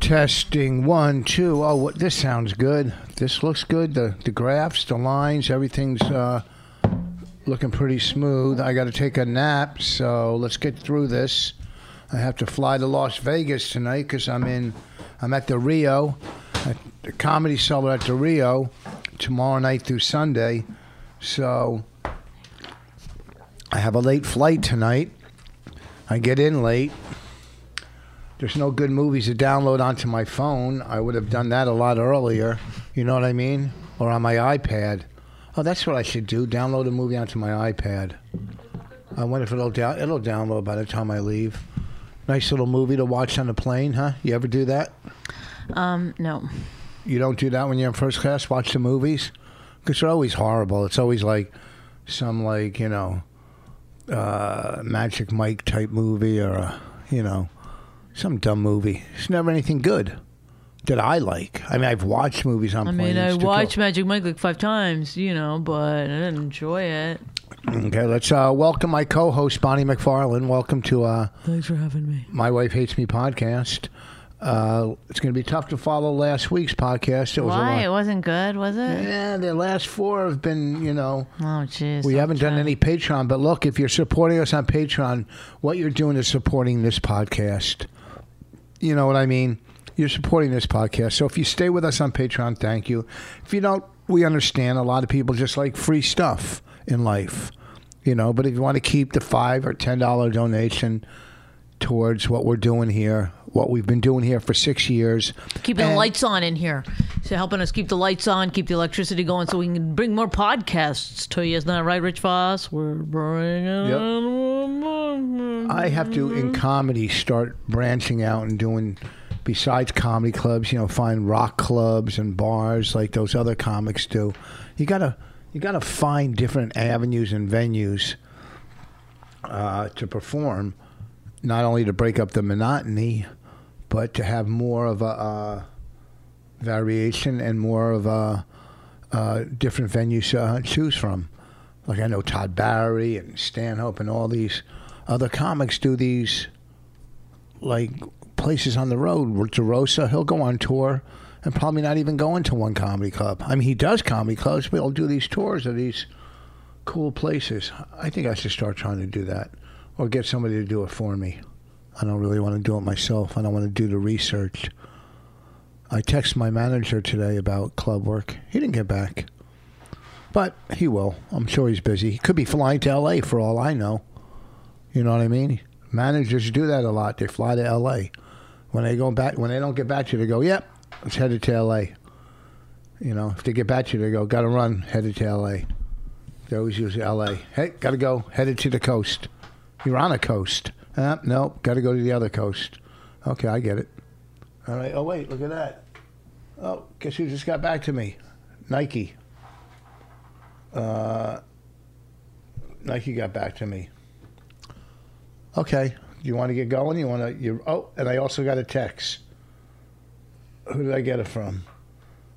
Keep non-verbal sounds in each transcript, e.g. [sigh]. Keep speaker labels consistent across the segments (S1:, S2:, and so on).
S1: Testing one, two. Oh, what, this sounds good. This looks good. The the graphs, the lines, everything's uh, looking pretty smooth. I got to take a nap, so let's get through this. I have to fly to Las Vegas tonight because I'm in. I'm at the Rio, at the comedy cellar at the Rio, tomorrow night through Sunday. So I have a late flight tonight. I get in late. There's no good movies to download onto my phone. I would have done that a lot earlier. You know what I mean? Or on my iPad. Oh, that's what I should do. Download a movie onto my iPad. I wonder if it'll down, it'll download by the time I leave. Nice little movie to watch on the plane, huh? You ever do that?
S2: Um, no.
S1: You don't do that when you're in first class. Watch the movies because they're always horrible. It's always like some like you know uh, Magic Mike type movie or uh, you know some dumb movie. It's never anything good that I like. I mean, I've watched movies on
S2: I
S1: planes.
S2: mean, I
S1: to kill-
S2: watched Magic Mike like five times, you know, but I didn't enjoy it.
S1: Okay, let's uh, welcome my co-host Bonnie McFarlane. Welcome to uh,
S2: Thanks for having me.
S1: My Wife Hates Me podcast. Uh, it's going to be tough to follow last week's podcast. It was
S2: Why? It
S1: a lot.
S2: wasn't good, was it?
S1: Yeah, the last four have been, you know,
S2: Oh, jeez.
S1: we
S2: I'm
S1: haven't done
S2: trying-
S1: any Patreon. But look, if you're supporting us on Patreon, what you're doing is supporting this podcast. You know what I mean? You're supporting this podcast. So if you stay with us on Patreon, thank you. If you don't, we understand a lot of people just like free stuff in life. You know, but if you want to keep the five or ten dollar donation towards what we're doing here, what we've been doing here for six years,
S2: Keeping
S1: and-
S2: the lights on in here. So helping us keep the lights on, keep the electricity going so we can bring more podcasts to you. Isn't that right, Rich Foss? We're bringing
S1: I have to in comedy start branching out and doing besides comedy clubs, you know, find rock clubs and bars like those other comics do. You gotta you gotta find different avenues and venues uh, to perform, not only to break up the monotony, but to have more of a uh, variation and more of a uh, different venues to uh, choose from. Like I know Todd Barry and Stanhope and all these other comics do these like places on the road. DeRosa, he'll go on tour and probably not even go into one comedy club. I mean, he does comedy clubs, but he'll do these tours of these cool places. I think I should start trying to do that or get somebody to do it for me. I don't really want to do it myself. I don't want to do the research. I texted my manager today about club work. He didn't get back. But he will. I'm sure he's busy. He could be flying to LA for all I know. You know what I mean? Managers do that a lot. They fly to LA. When they go back when they don't get back to you, they go, Yep, it's headed to LA. You know, if they get back to you, they go, Gotta run, headed to LA. They always use LA. Hey, gotta go, headed to the coast. You're on a coast. Uh, nope, gotta go to the other coast. Okay, I get it. All right. Oh wait, look at that. Oh, guess who just got back to me? Nike. Uh, Nike got back to me. Okay. Do you want to get going? You want to? You oh, and I also got a text. Who did I get it from?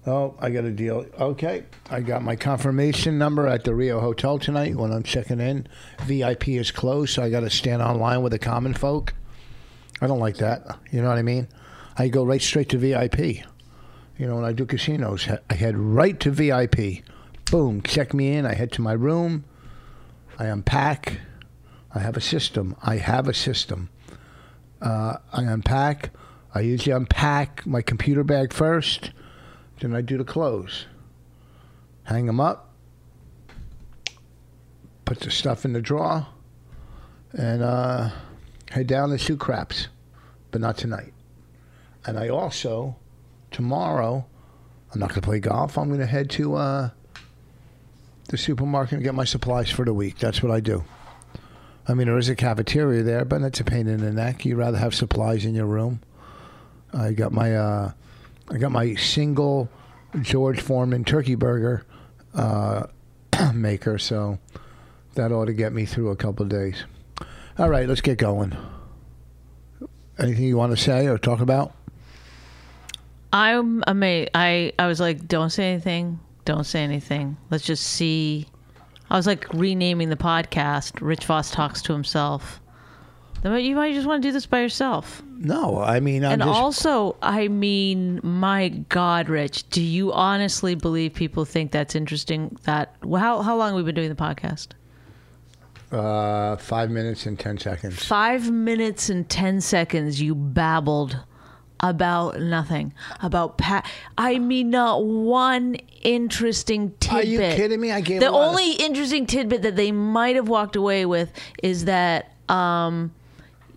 S1: Oh, I got a deal. Okay, I got my confirmation number at the Rio Hotel tonight when I'm checking in. VIP is closed, so I got to stand online with the common folk. I don't like that. You know what I mean? I go right straight to VIP. You know, when I do casinos, he- I head right to VIP. Boom, check me in. I head to my room. I unpack. I have a system. I have a system. Uh, I unpack. I usually unpack my computer bag first. Then I do the clothes. Hang them up. Put put the stuff in the drawer, and uh, head down to shoot craps, but not tonight. And I also, tomorrow, I'm not going to play golf. I'm going to head to uh, the supermarket and get my supplies for the week. That's what I do. I mean, there is a cafeteria there, but that's a pain in the neck. You'd rather have supplies in your room. I got my uh, I got my single George Foreman turkey burger uh, [clears throat] maker, so that ought to get me through a couple of days. All right, let's get going. Anything you want to say or talk about?
S2: I'm amazed. I, I was like, don't say anything. Don't say anything. Let's just see. I was like renaming the podcast. Rich Voss talks to himself. Then You might just want to do this by yourself.
S1: No, I mean, I'm
S2: and
S1: just,
S2: also, I mean, my God, Rich, do you honestly believe people think that's interesting? That how how long have we been doing the podcast?
S1: uh, five minutes and ten seconds.
S2: Five minutes and ten seconds. You babbled about nothing. About pa- I mean, not one interesting tidbit.
S1: Are you kidding me? I gave
S2: the
S1: a lot of-
S2: only interesting tidbit that they might have walked away with is that um,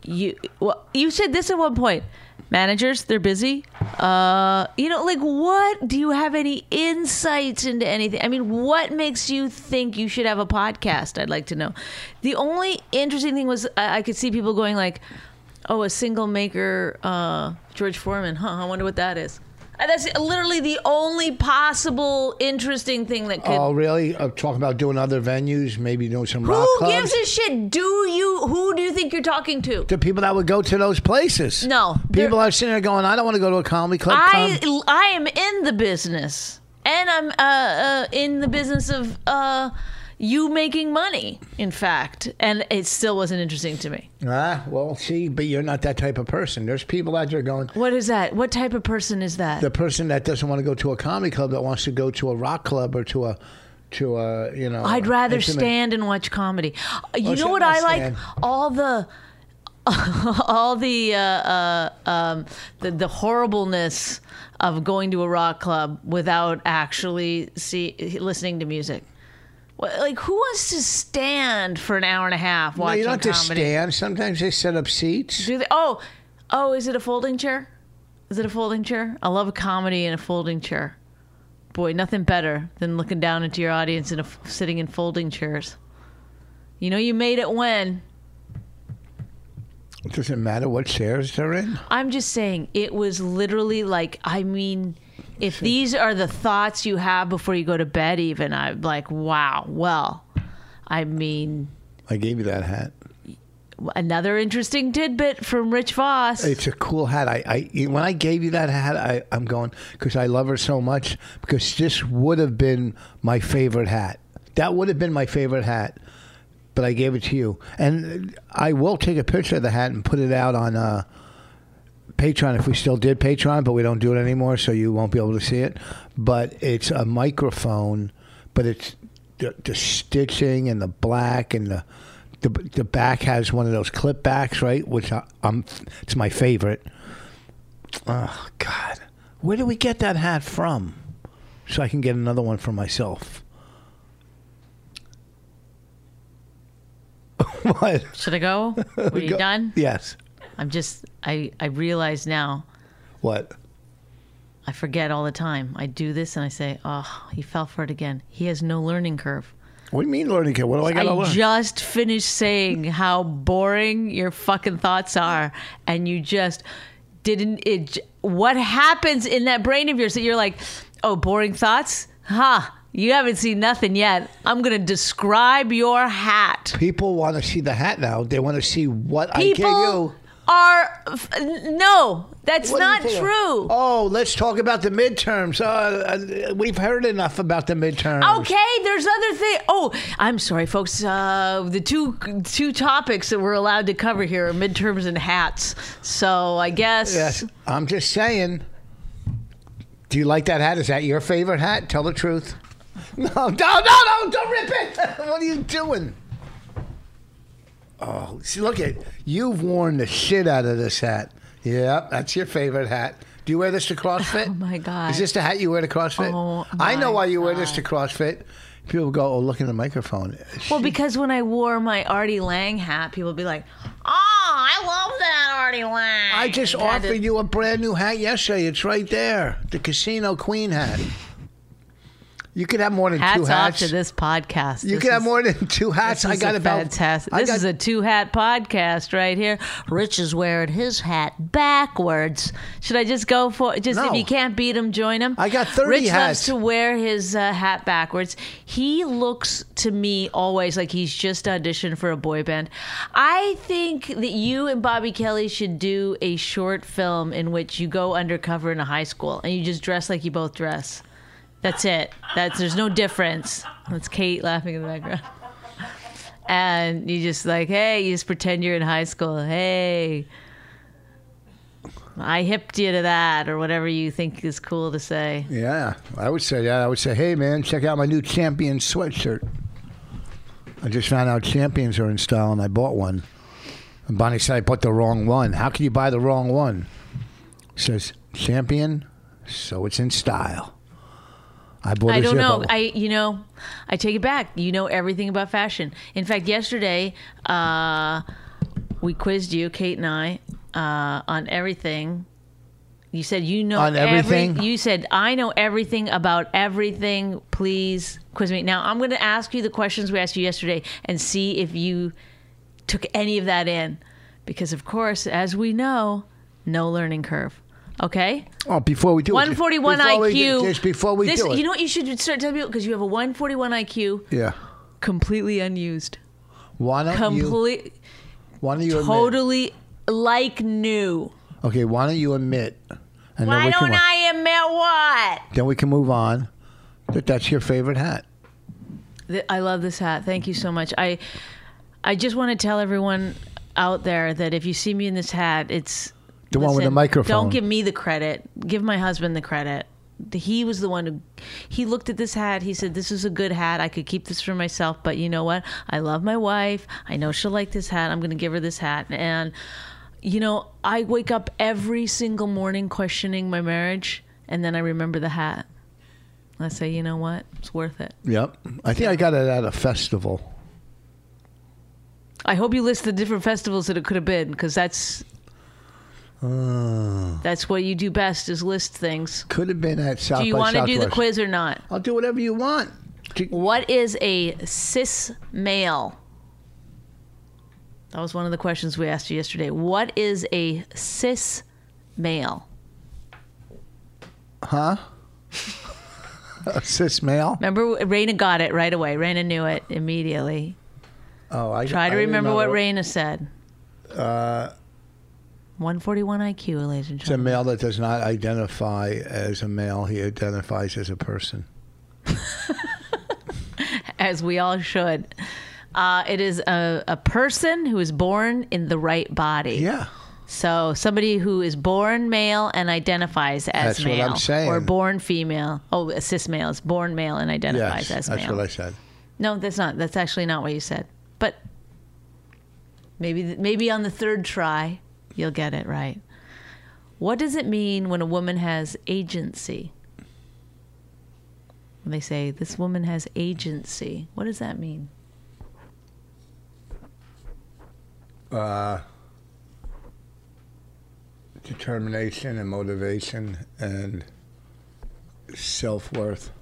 S2: you well, you said this at one point. Managers, they're busy. Uh, you know, like what? Do you have any insights into anything? I mean, what makes you think you should have a podcast? I'd like to know. The only interesting thing was I, I could see people going like, "Oh, a single maker, uh, George Foreman. Huh? I wonder what that is." And that's literally the only possible interesting thing that could
S1: Oh, really? I'm talking about doing other venues, maybe doing some rock
S2: who
S1: clubs.
S2: gives a shit? Do you? Who do you think you're talking to?
S1: the people that would go to those places.
S2: No, they're-
S1: People are sitting there going, I don't want to go to a comedy club.
S2: I
S1: Tom."
S2: I am in the business, and I'm uh, uh, in the business of uh, you making money. In fact, and it still wasn't interesting to me.
S1: Ah, well, see, but you're not that type of person. There's people out there going,
S2: What is that? What type of person is that?
S1: the person that doesn't want to go to a comedy club that wants to go to a rock club or to a, to a, you know.
S2: I'd rather
S1: intimate-
S2: stand and watch comedy. Uh, You
S1: Oh,
S2: know
S1: shit,
S2: what
S1: I
S2: I like?
S1: stand.
S2: All the. [laughs] all the uh, uh, um, the the horribleness of going to a rock club without actually see listening to music. Wha- Like who wants to stand for an hour and a half
S1: No,
S2: watching
S1: you don't have to
S2: comedy?
S1: stand. Sometimes they set up seats.
S2: Do they? Oh, oh, is it a folding chair? Is it a folding chair? I love a comedy in a folding chair. Boy, nothing better than looking down into your audience and sitting in folding chairs. You know, you made it when.
S1: It doesn't matter what chairs they're in.
S2: I'm just saying, it was literally like, I mean, if these are the thoughts you have before you go to bed, even, I'm like, wow, well, I mean,
S1: I gave you that hat.
S2: another interesting tidbit from Rich Voss.
S1: It's a cool hat. I, I when I gave you that hat, I, I'm going because I love her so much. Because this would have been my favorite hat. That would have been my favorite hat, but I gave it to you, and I will take a picture of the hat and put it out on uh, Patreon if we still did Patreon, but we don't do it anymore, so you won't be able to see it. But it's a microphone, but it's the, the stitching and the black and the, the the back has one of those clip backs, right? Which I, I'm it's my favorite. Oh God, where do we get that hat from? So I can get another one for myself. [laughs] what?
S2: Should I go? Were you
S1: Go-
S2: done?
S1: Yes.
S2: I'm just I I realize now
S1: What?
S2: I forget all the time. I do this and I say, "Oh, he fell for it again. He has no learning curve."
S1: What do you mean learning kit? What do I got to
S2: I
S1: learn?
S2: just finished saying how boring your fucking thoughts are and you just didn't it j- what happens in that brain of yours that you're like, "Oh, boring thoughts? Ha. You haven't seen nothing yet. I'm going to describe your hat."
S1: People want to see the hat now. They want to see what I gave
S2: People
S1: you.
S2: are f- no, that's
S1: What do you
S2: not
S1: think?
S2: true.
S1: Oh, let's talk about the midterms. Uh, uh, we've heard enough about the midterms.
S2: Okay, there's other thing. Oh, I'm sorry, folks. Uh, the two two topics that we're allowed to cover here are midterms and hats. So I guess
S1: Yes, I'm just saying. Do you like that hat? Is that your favorite hat? Tell the truth. [laughs] No, no, no, no! Don't rip it. [laughs] what are you doing? Oh, see, look at you've worn the shit out of this hat. Yep, that's your favorite hat. Do you wear
S2: [laughs]
S1: this to CrossFit?
S2: Oh, my God.
S1: Is this the hat you wear to CrossFit?
S2: Oh,
S1: I know
S2: my
S1: why you wear this
S2: God.
S1: to CrossFit people go, "Oh, look in the microphone."
S2: Well, because when I wore my Artie Lang hat, people would be like, "Oh, I love that Artie Lang."
S1: I just
S2: And had to-
S1: offered you a brand new hat yesterday. It's right there, the Casino Queen hat. You could have more than two
S2: Hats off
S1: hats.
S2: to this podcast.
S1: You
S2: This
S1: could have
S2: is-
S1: more than two hats.
S2: This
S1: I
S2: is
S1: got
S2: a
S1: about
S2: fantastic.
S1: I
S2: This
S1: got-
S2: is a two hat podcast right here. Rich is wearing his hat backwards. Should I just go for just
S1: No.
S2: if you can't beat him, join him?
S1: I got 30
S2: Rich
S1: hats.
S2: loves to wear his uh, hat backwards. He looks to me always like he's just auditioned for a boy band. I think that you and Bobby Kelly should do a short film in which you go undercover in a high school and you just dress like you both dress. That's it. That's there's no difference. That's Kate laughing in the background. And you just like, hey, you just pretend you're in high school. Hey, I hipped you to that, or whatever you think is cool to say.
S1: Yeah, I would say that. I would say, hey, man, check out my new champion sweatshirt. I just found out champions are in style and I bought one. And Bonnie said, I bought the wrong one. How can you buy the wrong one? It says champion, so it's in style. I bought
S2: I
S1: a
S2: don't
S1: zip
S2: know.
S1: up.
S2: I you know, I take it back. You know everything about fashion. In fact, yesterday uh, we quizzed you, Kate and I, uh, on everything. You said you know
S1: On
S2: every-
S1: everything?
S2: you said I know everything about everything. Please quiz me now. I'm going to ask you the questions we asked you yesterday and see if you took any of that in, because of course, as we know, no learning curve. Okay.
S1: oh, before we do it-
S2: 141
S1: before
S2: IQ.
S1: we do- just before we
S2: this,
S1: do it.
S2: You know what you should start telling people? Because you have a 141 IQ,
S1: yeah.
S2: completely unused.
S1: Why don't you?
S2: Complete,
S1: Why don't you admit?
S2: totally like new.
S1: Okay, why don't you admit? And then
S2: Why
S1: we can,
S2: don't
S1: wa-
S2: I admit what?
S1: Then we can move on. That that's your favorite hat.
S2: Th- I love this hat. Thank you so much. I, I just want to tell everyone out there that if you see me in this hat, it's
S1: The one with the
S2: Listen,
S1: microphone.
S2: Don't give me the credit. Give my husband the credit. He was the one who he looked at this hat. He said, "This is a good hat. I could keep this for myself, but you know what? I love my wife. I know she'll like this hat. I'm going to give her this hat." And you know, I wake up every single morning questioning my marriage, and then I remember the hat. I say, "You know what? It's worth it."
S1: Yep. I think I got it at a festival.
S2: I hope you list the different festivals that it could have been, because that's
S1: Uh.
S2: that's what you do best is list things.
S1: Could have been at South
S2: Do you
S1: by
S2: want to do the
S1: Southwest.
S2: quiz or not?
S1: I'll do whatever you want. [laughs]
S2: What is a cis male? That was one of the questions we asked you yesterday. What is a cis male?
S1: A cis male.
S2: Remember, Raina got it right away. Raina knew it immediately.
S1: Oh, I
S2: Try to
S1: I didn't
S2: remember
S1: know Uh,
S2: what Raina said. Uh, 141 IQ, ladies and
S1: It's a
S2: gentlemen.
S1: male that does not identify as a male. He identifies as a person.
S2: As we all should. Uh, it is a, a person who is born in the right body.
S1: Yeah.
S2: So somebody who is born male and identifies
S1: That's
S2: as
S1: what
S2: male,
S1: I'm saying.
S2: or born female. Oh, a cis male is born male and identifies
S1: Yes.
S2: as
S1: That's
S2: male.
S1: what I said.
S2: no, that's not. That's actually not what you said. But maybe th- maybe on the third try you'll get it right. What does it mean when a woman has agency? When they say this woman has agency, what does that mean?
S1: Determination and motivation and self worth.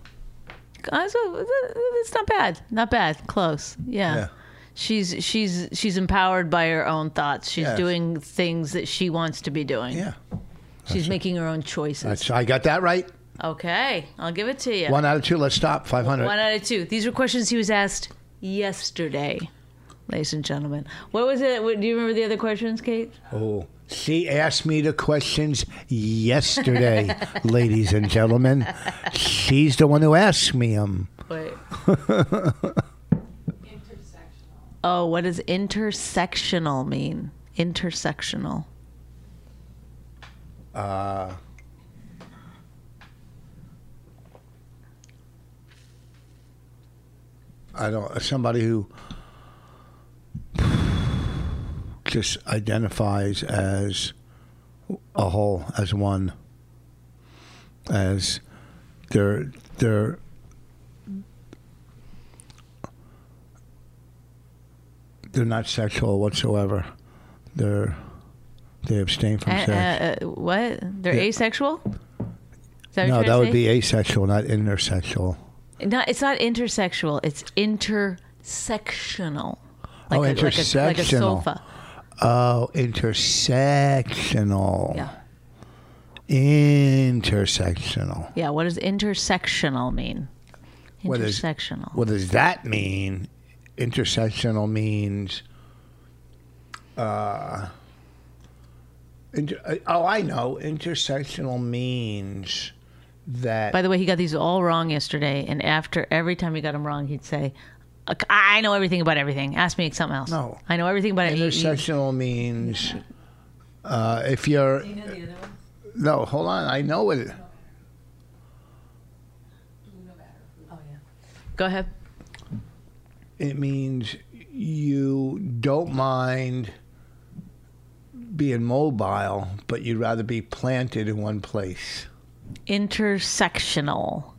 S2: Uh, so, th- It's not bad. Not bad. Close. Yeah.
S1: Yeah.
S2: She's she's she's empowered by her own thoughts. She's
S1: Yes.
S2: doing things that she wants to be doing.
S1: Yeah.
S2: she's making her own choices.
S1: That's, I got that right.
S2: okay, I'll give it to you.
S1: One out of two. Let's stop. 500.
S2: One out of two. These were questions he was asked yesterday, ladies and gentlemen. What was it? What, do you remember the other questions, Kate?
S1: Oh, she asked me the questions
S2: [laughs]
S1: yesterday, ladies and gentlemen. She's the one who asked me them.
S2: Wait. oh, what does intersectional mean? Intersectional.
S1: I don't. Somebody who just identifies as a whole, as one, as their their they're not sexual whatsoever. They're they abstain from
S2: Uh,
S1: sex.
S2: uh, uh, what? They're
S1: Yeah.
S2: asexual? Is that
S1: no,
S2: what you're
S1: that
S2: trying
S1: would
S2: to
S1: be asexual, not intersexual.
S2: say? No, it's not intersexual. It's intersectional.
S1: Oh,
S2: a- A, like, a, like a
S1: intersectional.
S2: sofa.
S1: Oh, intersectional.
S2: Yeah.
S1: Intersectional.
S2: Yeah. What does intersectional mean?
S1: What is-
S2: Intersectional.
S1: What does that mean? Intersectional means. Uh, inter- uh, oh, I know. Intersectional means that.
S2: By the way, he got these all wrong yesterday, and after every time he got them wrong, he'd say, "Look, "I know everything about everything. Ask me something else."
S1: No.
S2: I know everything about it. uh, You- you-
S1: intersectional means uh, if you're. No, hold on. I know it.
S2: Go ahead.
S1: It means you don't mind being mobile, but you'd rather be planted in one place.
S2: Intersectional.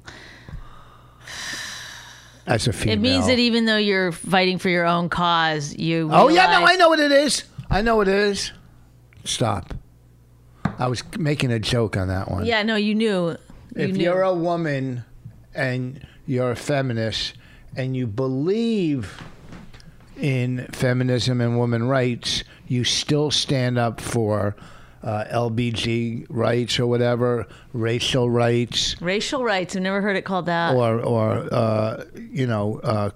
S1: As a female.
S2: It means that even though you're fighting for your own cause, you.
S1: Oh yeah, no,
S2: realize-
S1: I know what it is. I know what it is. Stop. I was making a joke on that one.
S2: Yeah, no, you knew. You
S1: if
S2: knew.
S1: you're a woman and you're a feminist and you believe in feminism and women rights, you still stand up for uh, LBG rights or whatever, racial rights,
S2: Racial rights. I've never heard it called that.
S1: or or uh, you know, uh,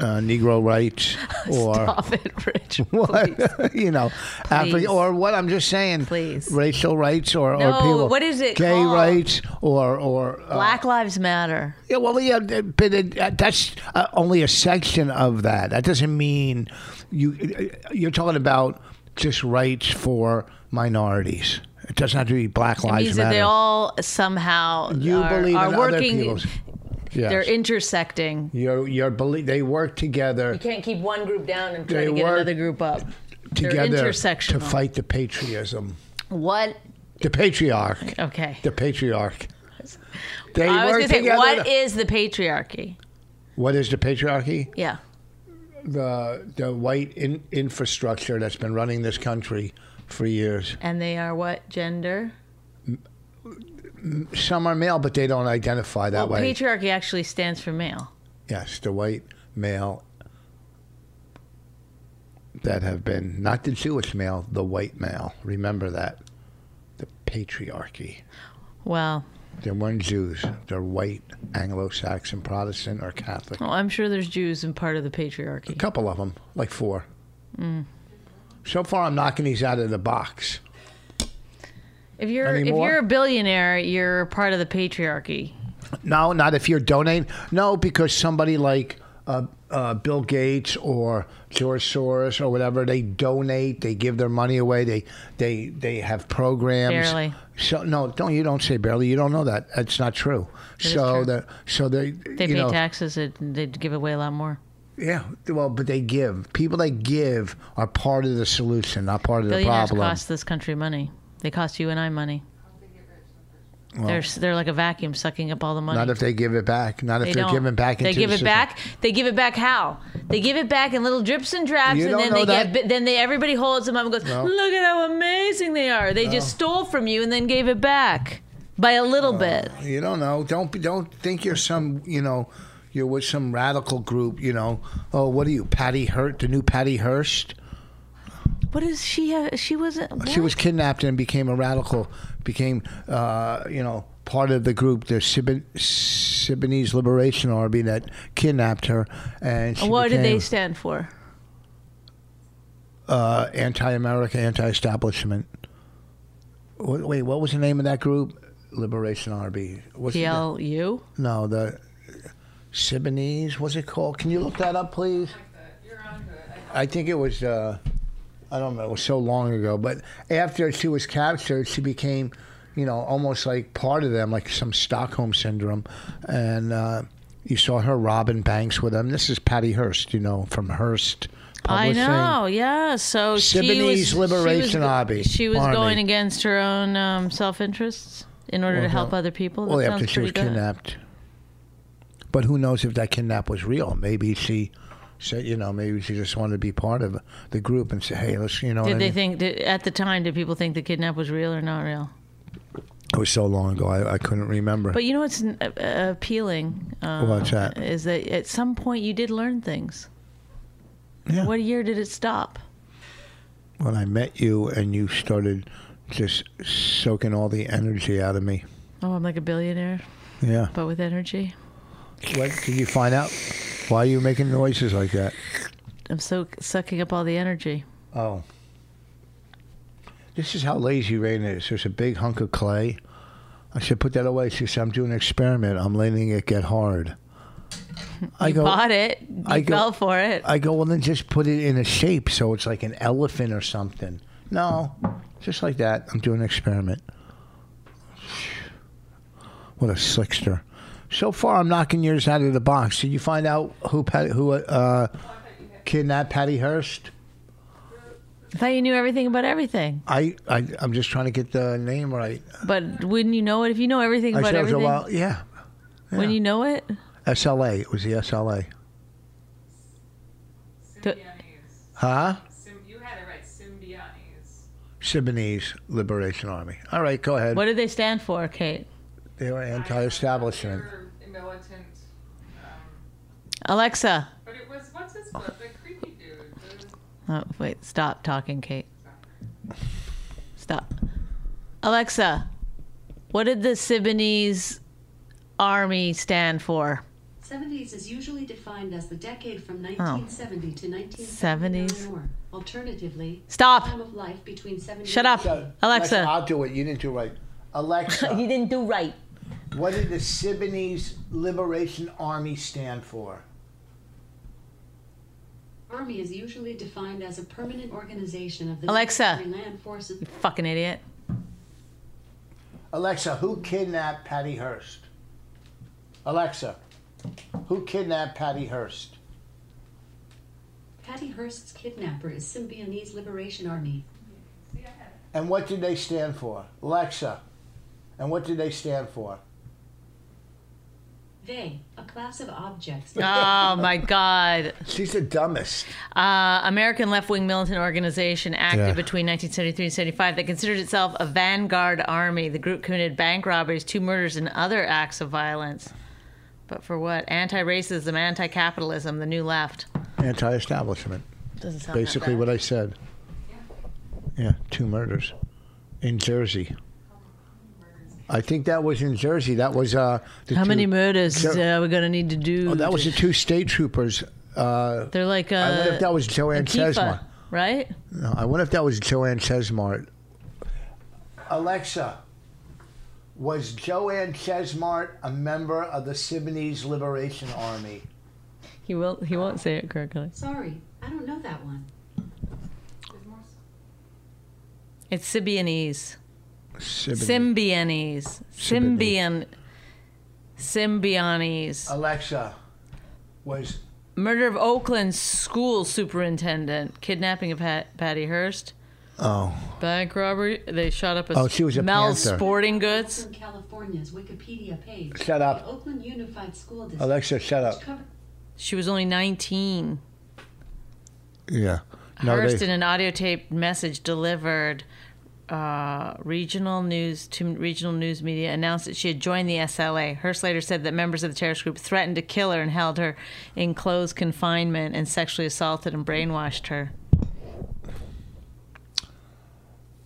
S1: uh, Negro rights, or [laughs]
S2: [laughs] [laughs] Stop it, Rich.
S1: what you know, Afri-
S2: Please.
S1: or what I'm just saying,
S2: Please.
S1: racial rights or, or
S2: No,
S1: people,
S2: what is it
S1: gay
S2: called?
S1: rights or or uh,
S2: Black Lives Matter.
S1: yeah, well, yeah, but it, that's uh, only a section of that. That doesn't mean you. uh, You're talking about just rights for minorities. It doesn't have to be Black Lives
S2: means
S1: Matter.
S2: that they all somehow
S1: you
S2: are,
S1: believe
S2: are
S1: in
S2: working.
S1: other people's. Yes.
S2: They're intersecting.
S1: you're, you're belie- they work together
S2: You can't keep one group down and try
S1: They
S2: to get
S1: work
S2: another group up.
S1: together
S2: They're intersectional.
S1: to fight the patriotism,
S2: What?
S1: the patriarch,
S2: Okay.
S1: the patriarch. They
S2: Oh I
S1: work
S2: was going to say,
S1: together.
S2: what
S1: to-
S2: is the patriarchy?
S1: what is the patriarchy?
S2: Yeah.
S1: The the white in- infrastructure that's been running this country for years.
S2: And they are what gender?
S1: Some are male, but they don't identify that
S2: Well,
S1: way.
S2: patriarchy actually stands for male.
S1: yes, the white male that have been not the Jewish male, the white male. Remember that. The patriarchy.
S2: Well,
S1: They weren't Jews. They're white, Anglo-Saxon, Protestant, or Catholic.
S2: well, I'm sure there's Jews in part of the
S1: A
S2: patriarchy.
S1: couple of them, like four. So far, I'm knocking these out of the box.
S2: If you're
S1: Any more?
S2: if you're a billionaire, you're part of the patriarchy.
S1: No, not if you're donating. No, because somebody like uh, uh, Bill Gates or George Soros or whatever, they donate, they give their money away, they they they have programs.
S2: Barely.
S1: So no, don't you don't say barely. You don't know that. That's not true.
S2: is
S1: so
S2: true.
S1: the so they
S2: They
S1: you
S2: pay
S1: know,
S2: taxes. It, they give away a lot more.
S1: Yeah, well, but they give. People that give are part of the solution, not part of the
S2: Billionaires
S1: problem.
S2: cost this country money. They cost you and I money. they're s- they're like a vacuum sucking up all the money.
S1: Not if they give it back. Not if
S2: they
S1: are
S2: don't.
S1: giving back.
S2: They
S1: into
S2: give
S1: the
S2: it
S1: system.
S2: back. They give it back how? They give it back in little drips and drafts,
S1: You
S2: and
S1: don't
S2: then
S1: know
S2: they
S1: that.
S2: get. Then they everybody holds them up and goes,
S1: No.
S2: "Look at how amazing they are! They just stole from you and then gave it back by a little bit."
S1: You don't know. Don't be- don't think you're some. You know, you're with some radical group. You know. Oh, what are you, Patty Hurt? The new Patty Hearst?
S2: What is she? Have? She wasn't.
S1: She
S2: what?
S1: was kidnapped and became a radical. Became, uh, you know, part of the group, the Sib- Sudanese Liberation Army that kidnapped her. And she
S2: What did
S1: became,
S2: they stand for?
S1: Uh, anti-America, anti-establishment. Wait, wait, what was the name of that group? Liberation Army. What's the-
S2: PLU.
S1: No, the Sibonese. What's it called? Can you look that up, please? I think it was. Uh, I don't know. It was so long ago. But after she was captured, she became, you know, almost like part of them, like some Stockholm syndrome. And uh, you saw her robbing banks with them. This is Patty Hearst, you know, from Hearst.
S2: I
S1: Publishing.
S2: know, yeah. So she
S1: Sudanese
S2: was, she
S1: Liberation
S2: was,
S1: Army-
S2: She was
S1: Army.
S2: going against her own um, self interests in order to help other people. That
S1: Well,
S2: sounds
S1: after she was
S2: pretty good.
S1: kidnapped. But who knows if that kidnap was real? Maybe she said, you know, maybe she just wanted to be part of the group and say, hey, let's, you know, what I
S2: Did they
S1: mean?
S2: think did, at the time? Did people think the kidnap was real or not real?
S1: it was so long ago, I, I couldn't remember.
S2: But you know what's n- uh, appealing? Uh,
S1: What's that?
S2: Is that at some point you did learn things.
S1: Yeah.
S2: What year did it stop?
S1: when I met you and you started just soaking all the energy out of me.
S2: Oh, I'm like a billionaire,
S1: Yeah.
S2: but with energy.
S1: What did you find out? Why are you making noises like that?
S2: I'm so sucking up all the energy.
S1: Oh. This is how lazy Rain is. There's a big hunk of clay. I said, put that away. She said, I'm doing an experiment. I'm letting it get hard. I
S2: [laughs] you
S1: go,
S2: bought it. You
S1: I go-
S2: fell for it.
S1: I go, well, then just put it in a shape so it's like an elephant or something. No, just like that. I'm doing an experiment. What a slickster. So far, I'm knocking yours out of the box. Did you find out who Pat, who uh, kidnapped Patty Hearst?
S2: I thought you knew everything about everything.
S1: I, I I'm just trying to get the name right.
S2: But wouldn't you know it if you know everything
S1: I
S2: about
S1: said it was a
S2: everything?
S1: while. Yeah,
S2: When
S1: yeah.
S2: you know it,
S1: SLA. It was the SLA.
S2: Do-
S3: Symbionese.
S1: Huh?
S3: Sym- you had it right. Symbionese.
S1: Sudanese Liberation Army. All right, go ahead.
S2: what do they stand for, Kate?
S1: They were anti-establishment.
S3: They were militant. Um,
S2: Alexa.
S3: but it was what's his foot? The creepy dude. The,
S2: Oh, wait, stop talking, Kate. Stop. Alexa, what did the Sibonese army stand for?
S4: 70s is usually defined as the decade from 1970 to
S2: 70s.
S4: 1970 or more. Alternatively, time
S2: Stop.
S4: of life between 70
S2: Shut up. Alexa.
S1: I'll do it. You didn't do right. Alexa,
S2: [laughs] You didn't do right.
S1: what did the Sudanese Liberation Army stand for?
S4: Army is usually defined as a permanent organization of the
S2: Alexa.
S4: military land forces.
S2: Fucking idiot.
S1: Alexa, who kidnapped Patty Hearst? Alexa, who kidnapped Patty Hearst?
S4: Patty Hearst's kidnapper is Symbionese Liberation Army.
S1: And what did they stand for? Alexa, and what did they stand for?
S4: They, a class of objects.
S2: Oh my God.
S1: She's the dumbest.
S2: Uh, American left wing militant organization active
S1: Yeah.
S2: between 1973 and 75 that considered itself a vanguard army. The group committed bank robberies, two murders, and other acts of violence. But for what? Anti racism, anti capitalism, the new left.
S1: Anti-establishment.
S2: Doesn't sound that
S1: Basically,
S2: bad.
S1: what I said. Yeah, two murders in Jersey. I think that was in Jersey. That was uh. The
S2: How
S1: two-
S2: many murders
S1: Jer-
S2: uh, we're gonna need to do?
S1: Oh, that was the two state troopers. Uh,
S2: They're like uh,
S1: I wonder if that was Joanne
S2: Antifa,
S1: Chesmart.
S2: right?
S1: No, I wonder if that was Joanne Chesmart. Alexa, was Joanne Chesmart a member of the Sudanese Liberation Army?
S2: He will. He won't say it correctly.
S4: Sorry, I don't know that one.
S2: It's Symbionese.
S1: Siboney.
S2: Symbionese.
S1: Siboney.
S2: Symbion. Symbionese.
S1: Alexa, was
S2: Murder of Oakland school superintendent. Kidnapping of Pat- Patty Hearst.
S1: oh
S2: Bank robbery. They shot up a.
S1: Oh, she was a
S2: Mel's
S1: Panther.
S2: Sporting Goods.
S4: From California's Wikipedia page.
S1: Shut up.
S4: The Oakland Unified School District.
S1: Alexa, shut up.
S4: which cover-
S2: She was only 19.
S1: Yeah. No,
S2: Hearst
S1: they,
S2: in an audio tape message delivered uh, regional news to regional news media announced that she had joined the SLA. Hearst later said that members of the terrorist group threatened to kill her and held her in closed confinement and sexually assaulted and brainwashed her.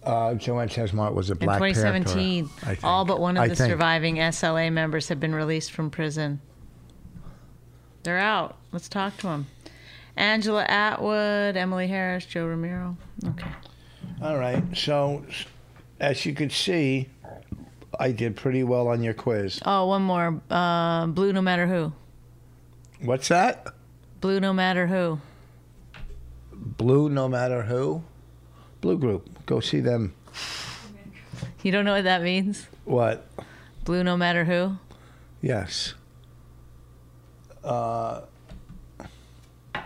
S1: uh, Joanne Chesmart was a
S2: In
S1: black Panther,
S2: 2017,
S1: I think.
S2: all but one of
S1: I
S2: the
S1: think.
S2: surviving SLA members have been released from prison. They're out. Let's talk to them. Angela Atwood, Emily Harris, Joe Ramiro. Okay.
S1: All right. So, s- as you can see, I did pretty well on your quiz.
S2: Oh, one more. Uh, blue, no matter who.
S1: What's that?
S2: Blue no matter who.
S1: Blue, no matter who. Blue group. Go see them.
S2: You don't know what that means?
S1: What?
S2: Blue no matter who?
S1: Yes. Uh,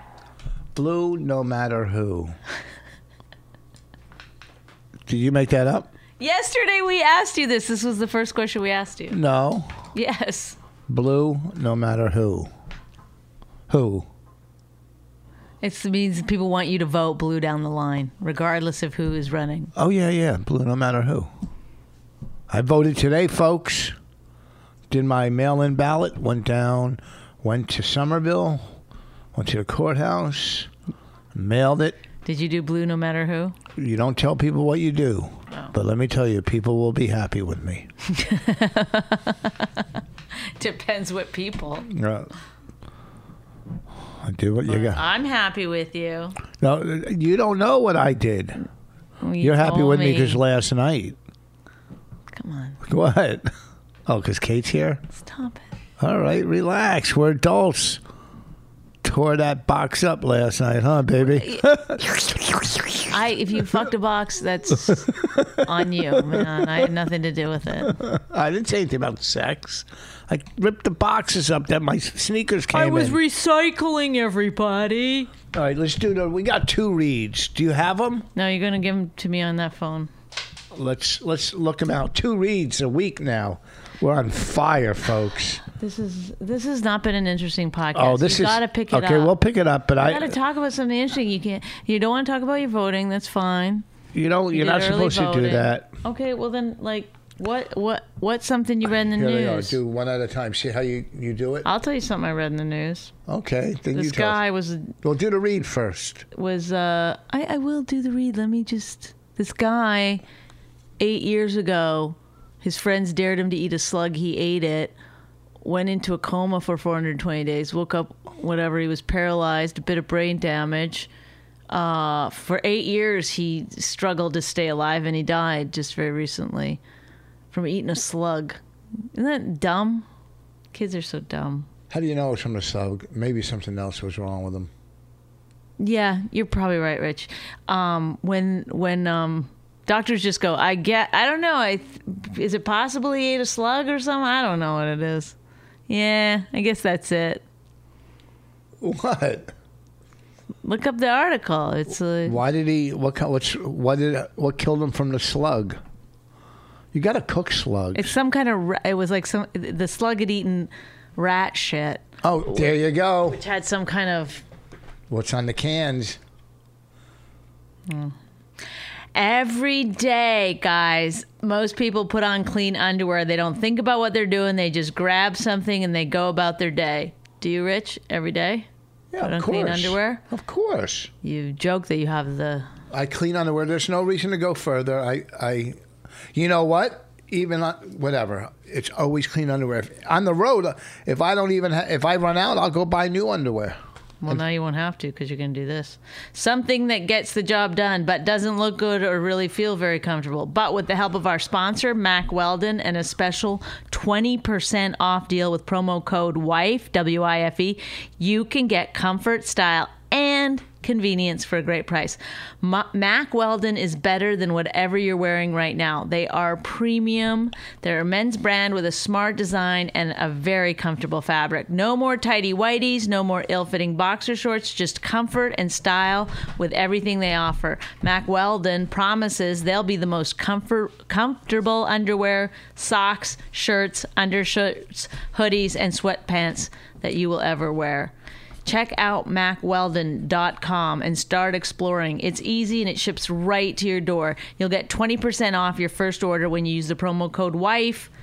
S1: blue, no matter
S2: [laughs]
S1: who. Did you make that up?
S2: Yesterday we asked you this. This was the first question we asked you. [laughs]
S1: No.
S2: Yes.
S1: Blue, no matter who. Who?
S2: It means people want you to vote blue down the line, regardless of who is running.
S1: Oh yeah, yeah, blue. No matter who. I voted today, folks. Did my mail-in ballot. Went down. Went to Somerville. Went to the courthouse. Mailed it.
S2: Did you do blue no matter who? [laughs]
S1: You don't tell people what you do, but let me tell you, people will be happy with me.
S2: Depends what people.
S1: Uh, I did what you got.
S2: I'm happy with you.
S1: No, you don't know what I did.
S2: You
S1: You're happy
S2: told
S1: with me because last night. [laughs]
S2: Come on,
S1: What? Oh, because Kate's here?
S2: stop it.
S1: All right, relax. We're adults. Tore that box up last night, huh, baby?
S2: I if you fucked a
S1: [laughs]
S2: box, that's on you, man. I had nothing to do with it.
S1: I didn't say anything about sex. I ripped the boxes up that my sneakers came in.
S2: recycling everybody.
S1: All right, let's do the. We got two reads. Do you have them?
S2: No, you're gonna give them to me on that phone.
S1: Let's let's look them out. Two reads a week now. We're on fire, folks.
S2: This is this has not been an interesting podcast.
S1: Oh, this
S2: you
S1: is
S2: gotta pick it
S1: okay.
S2: up.
S1: We'll pick it up, but
S2: you gotta
S1: I
S2: talk about something interesting. You can't. You don't want to talk about your voting. That's fine.
S1: you know you're
S2: did
S1: not
S2: early
S1: supposed to do
S2: voting.
S1: that.
S2: Okay. Well, then, like, what, what, what's something you read in the
S1: Here they are.
S2: news?
S1: Do one at a time. See how you you do it.
S2: I'll tell you something I read in the news.
S1: Okay, then
S2: This
S1: you tell. us.
S2: guy was
S1: Well, do the read first.
S2: was uh I, I will do the read. Let me just this guy eight years ago, his friends dared him to eat a slug, he ate it, went into a coma for four hundred and twenty days, woke up whatever, he was paralyzed, a bit of brain damage. Uh, for eight years he struggled to stay alive and he died just very recently from eating a slug. Isn't that dumb? Kids are so dumb.
S1: How do you know it's from the slug? Maybe something else was wrong with him.
S2: Yeah, you're probably right, Rich. Um, when when um, doctors just go, I get, I don't know, I th- is it possible he ate a slug or something? I don't know what it is. Yeah, I guess that's it.
S1: What?
S2: Look up the article. It's uh,
S1: Why did he? What? ki- What's? What did? What killed him from the slug? You got to cook slugs.
S2: it's some kind of ra- it was like some the slug had eaten rat shit,
S1: oh, there you go.
S2: which had some kind of
S1: What's on the cans?
S2: Every day, guys, most people put on clean underwear. They don't think about what they're doing. They just grab something and they go about their day. Do you, Rich? Every day?
S1: Yeah,
S2: Put
S1: of
S2: on clean
S1: course.
S2: underwear?
S1: Of course.
S2: You joke that you have the.
S1: I clean underwear. There's no reason to go further. I, I, you know what? Even on, whatever, it's always clean underwear. If, on the road, uh, if I don't even ha- if I run out, I'll go buy new underwear.
S2: Well, now you won't have to because you're going to do this. Something that gets the job done but doesn't look good or really feel very comfortable. But with the help of our sponsor, Mac Weldon, and a special 20% off deal with promo code WIFE, W I F E, you can get comfort, style, and convenience for a great price. Ma- Mac Weldon is better than whatever you're wearing right now. They are premium. They're a men's brand with a smart design and a very comfortable fabric. No more tidy whiteys, no more ill-fitting boxer shorts, just comfort and style with everything they offer. Mac Weldon promises they'll be the most comfort comfortable underwear, socks, shirts, undershirts, hoodies and sweatpants that you will ever wear. Check out macweldon.com and start exploring. It's easy and it ships right to your door. You'll get 20% off your first order when you use the promo code WIFE. E.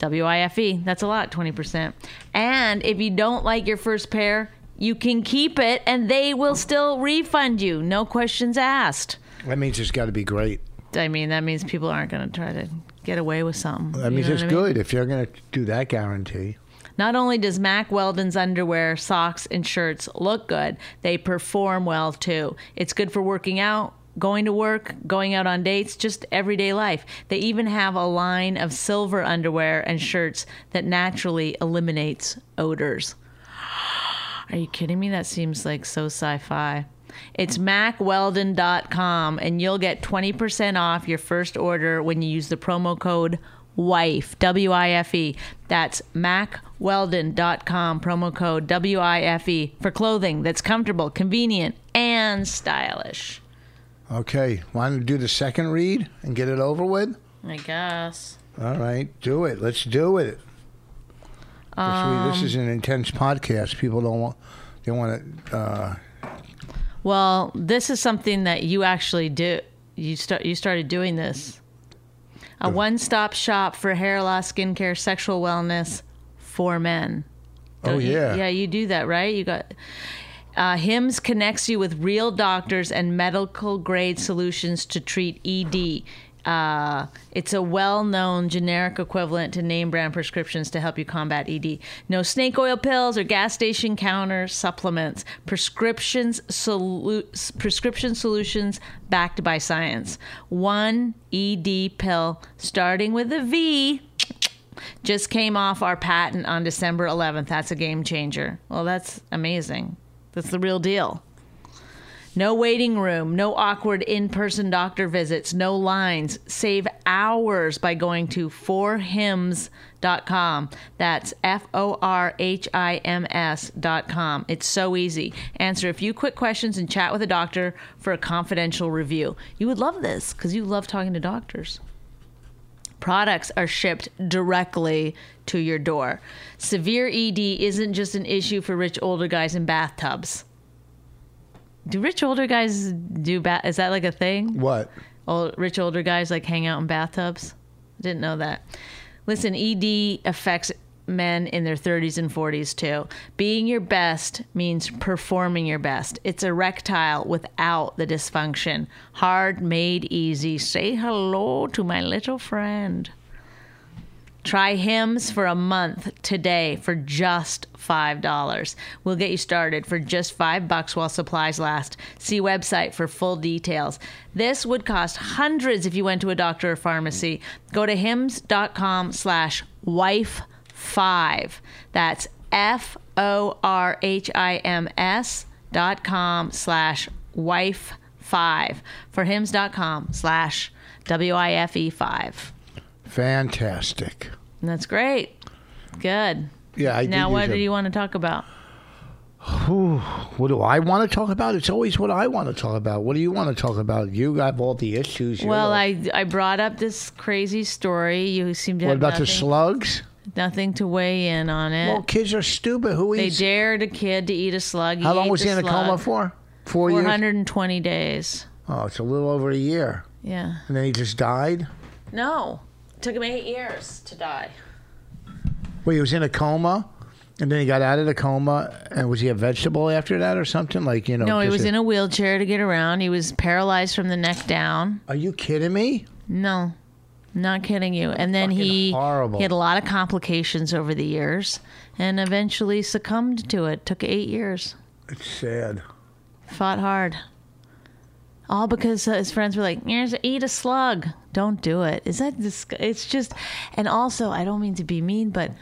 S2: W I F E. That's a lot, 20%. And if you don't like your first pair, you can keep it and they will still refund you. No questions asked.
S1: That means it's got to be great.
S2: I mean, that means people aren't going to try to get away with something.
S1: That
S2: You
S1: means
S2: know
S1: it's
S2: what I mean?
S1: good if you're going to do that guarantee.
S2: Not only does Mac Weldon's underwear, socks, and shirts look good, they perform well too. It's good for working out, going to work, going out on dates, just everyday life. They even have a line of silver underwear and shirts that naturally eliminates odors. Are you kidding me? That seems like so sci fi. It's macweldon.com, and you'll get 20% off your first order when you use the promo code WIFE, W I F E. That's macweldon.com, promo code W I F E, for clothing that's comfortable, convenient, and stylish.
S1: Okay, want to do the second read and get it over with?
S2: I guess.
S1: All right, do it. Let's do it.
S2: Um,
S1: This, we- this is an intense podcast. People don't want they want to uh,
S2: Well, this is something that you actually do. You start. You started doing this. A one-stop shop for hair loss, skincare, sexual wellness for men.
S1: Oh
S2: Don't you-
S1: yeah.
S2: yeah, you do that, right? You got uh, Hims connects you with real doctors and medical grade solutions to treat ED. Uh, it's a well-known generic equivalent to name brand prescriptions to help you combat ED. No snake oil pills or gas station counter supplements. Prescriptions solu- prescription solutions backed by science. One ED pill starting with a V just came off our patent on December 11th. That's a game changer. Well, that's amazing. That's the real deal. No waiting room, no awkward in person doctor visits, no lines. Save hours by going to forhims.com. That's F O R H I M S.com. It's so easy. Answer a few quick questions and chat with a doctor for a confidential review. You would love this because you love talking to doctors products are shipped directly to your door. Severe ED isn't just an issue for rich older guys in bathtubs. Do rich older guys do bath? Is that like a thing?
S1: What?
S2: Old, rich older guys like hang out in bathtubs? Didn't know that. Listen, ED affects men in their 30s and 40s too. Being your best means performing your best. It's erectile without the dysfunction. Hard made easy. Say hello to my little friend. Try Hims for a month today for just $5. We'll get you started for just 5 bucks while supplies last. See website for full details. This would cost hundreds if you went to a doctor or pharmacy. Go to hims.com slash wife five. That's F O R H I M S dot com slash wife five for hims dot com slash W I F E five.
S1: Fantastic.
S2: That's great. Good.
S1: Yeah. I
S2: now,
S1: did
S2: what
S1: use
S2: do
S1: a-
S2: you want to talk about?
S1: What do I want to talk about? It's always what I want to talk about. What do you want to talk about? You got all the issues. you're
S2: Well,
S1: like-
S2: I I brought up this crazy story. You seem to
S1: What
S2: have
S1: about
S2: nothing,
S1: the slugs?
S2: nothing to weigh in on it.
S1: Well, kids are stupid. Who
S2: they
S1: eats?
S2: dared a kid to eat a slug.
S1: How long
S2: ate
S1: was
S2: the
S1: he in a
S2: slug.
S1: coma for? Four
S2: Four
S1: years.
S2: hundred and twenty days.
S1: Oh, it's a little over a year,
S2: Yeah.
S1: and then he just died.
S2: No. Took him eight years to die.
S1: Well, he was in a coma, and then he got out of the coma, and was he a vegetable after that or something? Like you know?
S2: No, he
S1: just
S2: was in a wheelchair to get around. He was paralyzed from the neck down.
S1: Are you kidding me?
S2: No. Not kidding you. And then he
S1: horrible.
S2: he had a lot of complications over the years and eventually succumbed to it. Took 8 years.
S1: It's sad.
S2: Fought hard. All because uh, his friends were like, "Here's eat a slug. Don't do it." Is that dis- it's just and also, I don't mean to be mean, but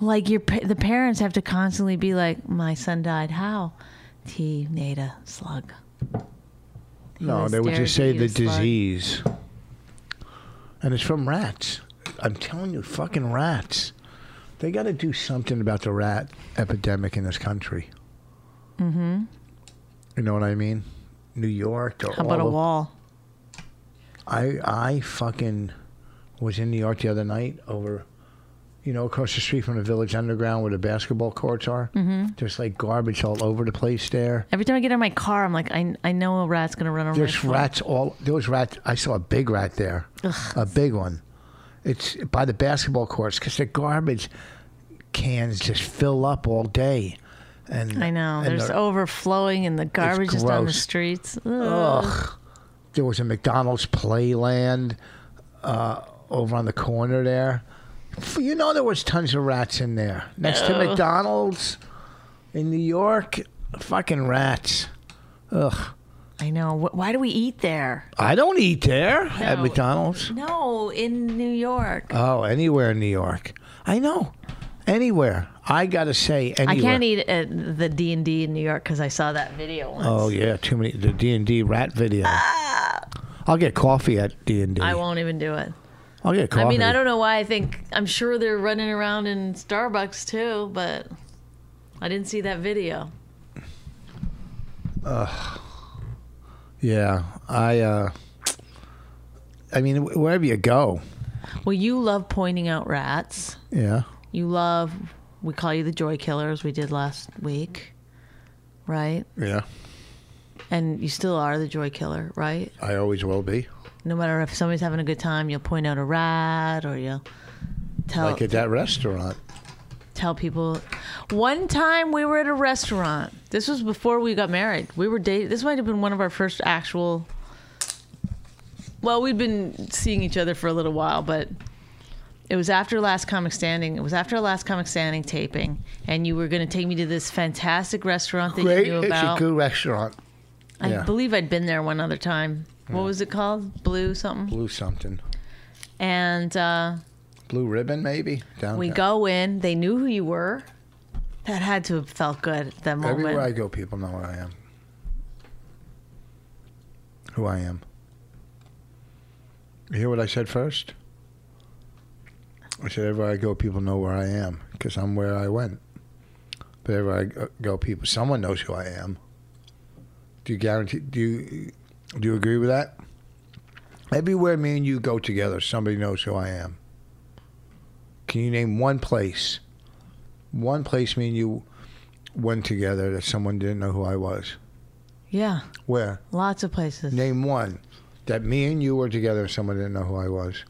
S2: like your pa- the parents have to constantly be like, "My son died. How? He made a slug."
S1: No,
S2: was
S1: they would just say
S2: dared to
S1: the
S2: eat a slug.
S1: disease, and it's from rats. I'm telling you, fucking rats. They got to do something about the rat epidemic in this country. Mm-hmm. You know what I mean? New York. they're
S2: Mm-hmm. How about
S1: all
S2: a
S1: over-
S2: wall?
S1: I I fucking was in New York the other night over, you know, across the street from the Village Underground where the basketball courts are. Mm-hmm. There's like garbage all over the place there.
S2: Every time I get in my car, I'm like, I, I know a rat's gonna run over my
S1: There's
S2: foot.
S1: rats all. There was rats. I saw a big rat there, a big one. It's by the basketball courts because the garbage cans just fill up all day. And
S2: I know.
S1: and
S2: There's
S1: the-
S2: overflowing and the garbage is down the
S1: gross.
S2: streets. Ugh.
S1: Ugh. There was a McDonald's Playland uh, over on the corner there. F- You know there was tons of rats in there. Next to McDonald's in New York, fucking rats. Ugh.
S2: I know. Wh- Why do we eat there?
S1: I don't eat there at
S2: No.
S1: McDonald's.
S2: No, in New York.
S1: Oh, anywhere in New York. I know. Anywhere. I got to say anywhere.
S2: I can't eat at the D and D in New York because I saw that video once.
S1: Oh yeah, too many the D&D rat video. I'll get coffee at D&D.
S2: Ah. I won't even do it.
S1: I'll get coffee.
S2: I mean, I don't know why. I think I'm sure they're running around in Starbucks too, but I didn't see that video.
S1: Yeah, I. Uh, I mean, wh- wherever you go,
S2: Well, you love pointing out rats.
S1: yeah.
S2: You love. We call you the joy killers. We did last week. right?
S1: Yeah,
S2: And you still are the joy killer, right?
S1: I always will be.
S2: No matter if somebody's having a good time, you'll point out a rat or you'll tell
S1: Like at that restaurant.
S2: tell people. One time we were at a restaurant. This was before we got married. We were dating. This might have been one of our first actual. Well, we'd been seeing each other for a little while, but it was after Last Comic Standing. It was after our Last Comic Standing taping, and you were going to take me to this fantastic restaurant that
S1: Great,
S2: you knew
S1: it's a
S2: about.
S1: good restaurant.
S2: I
S1: yeah.
S2: believe I'd been there one other time. What was it called? Blue something.
S1: Blue something,
S2: And uh,
S1: blue ribbon maybe. Down
S2: we
S1: there.
S2: go in. They knew who you were. That had to have felt good at that moment.
S1: everywhere I go. People know where I am, who I am. You hear what I said first? I said everywhere I go, people know where I am because I'm where I went. But everywhere I go- go, people, someone knows who I am. Do you guarantee? Do you do you agree with that? Everywhere me and you go together, somebody knows who I am. Can you name one place? One place me and you went together that someone didn't know who I was?
S2: Yeah,
S1: Where?
S2: lots of places.
S1: Name one that me and you were together and someone didn't know who I was.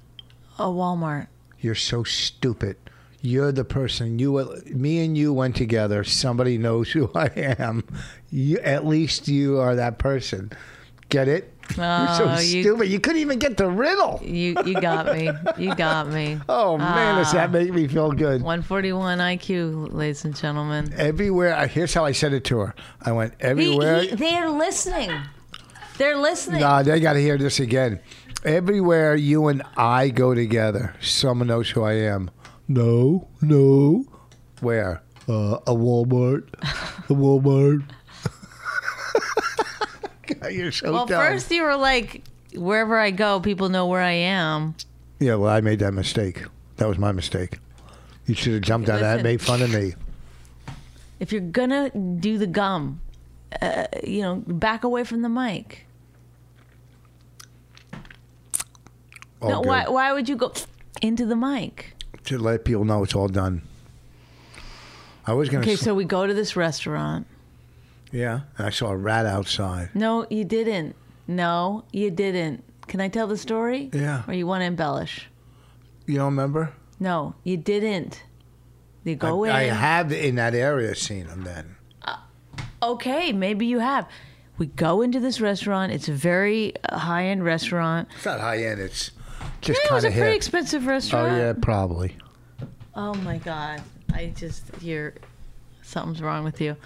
S2: A [laughs] Walmart.
S1: You're so stupid. You're the person you were- me and you went together. Somebody knows who [laughs] I am. You, at least you are that person. Get it? You're
S2: Oh,
S1: so
S2: you-
S1: stupid. You couldn't even get the riddle.
S2: You you got me. You got [laughs] me.
S1: Oh man, does
S2: Ah.
S1: that make me feel good?
S2: 141 IQ, ladies and gentlemen.
S1: Everywhere. I- Here's how I said it to her. I went
S2: He-
S1: everywhere.
S2: he- they're listening. They're listening.
S1: Nah, they got to hear this again. Everywhere you and I go together, someone knows who I am. No, no. Where? Uh, a Walmart. A Walmart. God, [laughs] You're so
S2: well,
S1: dumb.
S2: first you were like, wherever I go, people know where I am.
S1: yeah, well, I made that mistake. That was my mistake. You should have jumped on that and
S2: Listen.
S1: made fun of me.
S2: If you're gonna do the gum, uh, you know, back away from the mic.
S1: All
S2: no,
S1: good.
S2: why why would you go into the mic?
S1: To let people know it's all done. I was going to
S2: Okay, so we go to this restaurant.
S1: Yeah, and I saw a rat outside.
S2: No, you didn't. No, you didn't. Can I tell the story?
S1: Yeah.
S2: Or you want to embellish?
S1: You don't remember?
S2: No, you didn't. You go
S1: I, I
S2: in.
S1: have in that area seen them then.
S2: okay, maybe you have. We go into this restaurant. It's a very high end restaurant.
S1: It's not high end. It's just
S2: it was
S1: kind
S2: a
S1: of
S2: pretty
S1: hip.
S2: expensive
S1: oh
S2: restaurant.
S1: yeah, probably.
S2: Oh my God. I just, you're, something's wrong with you.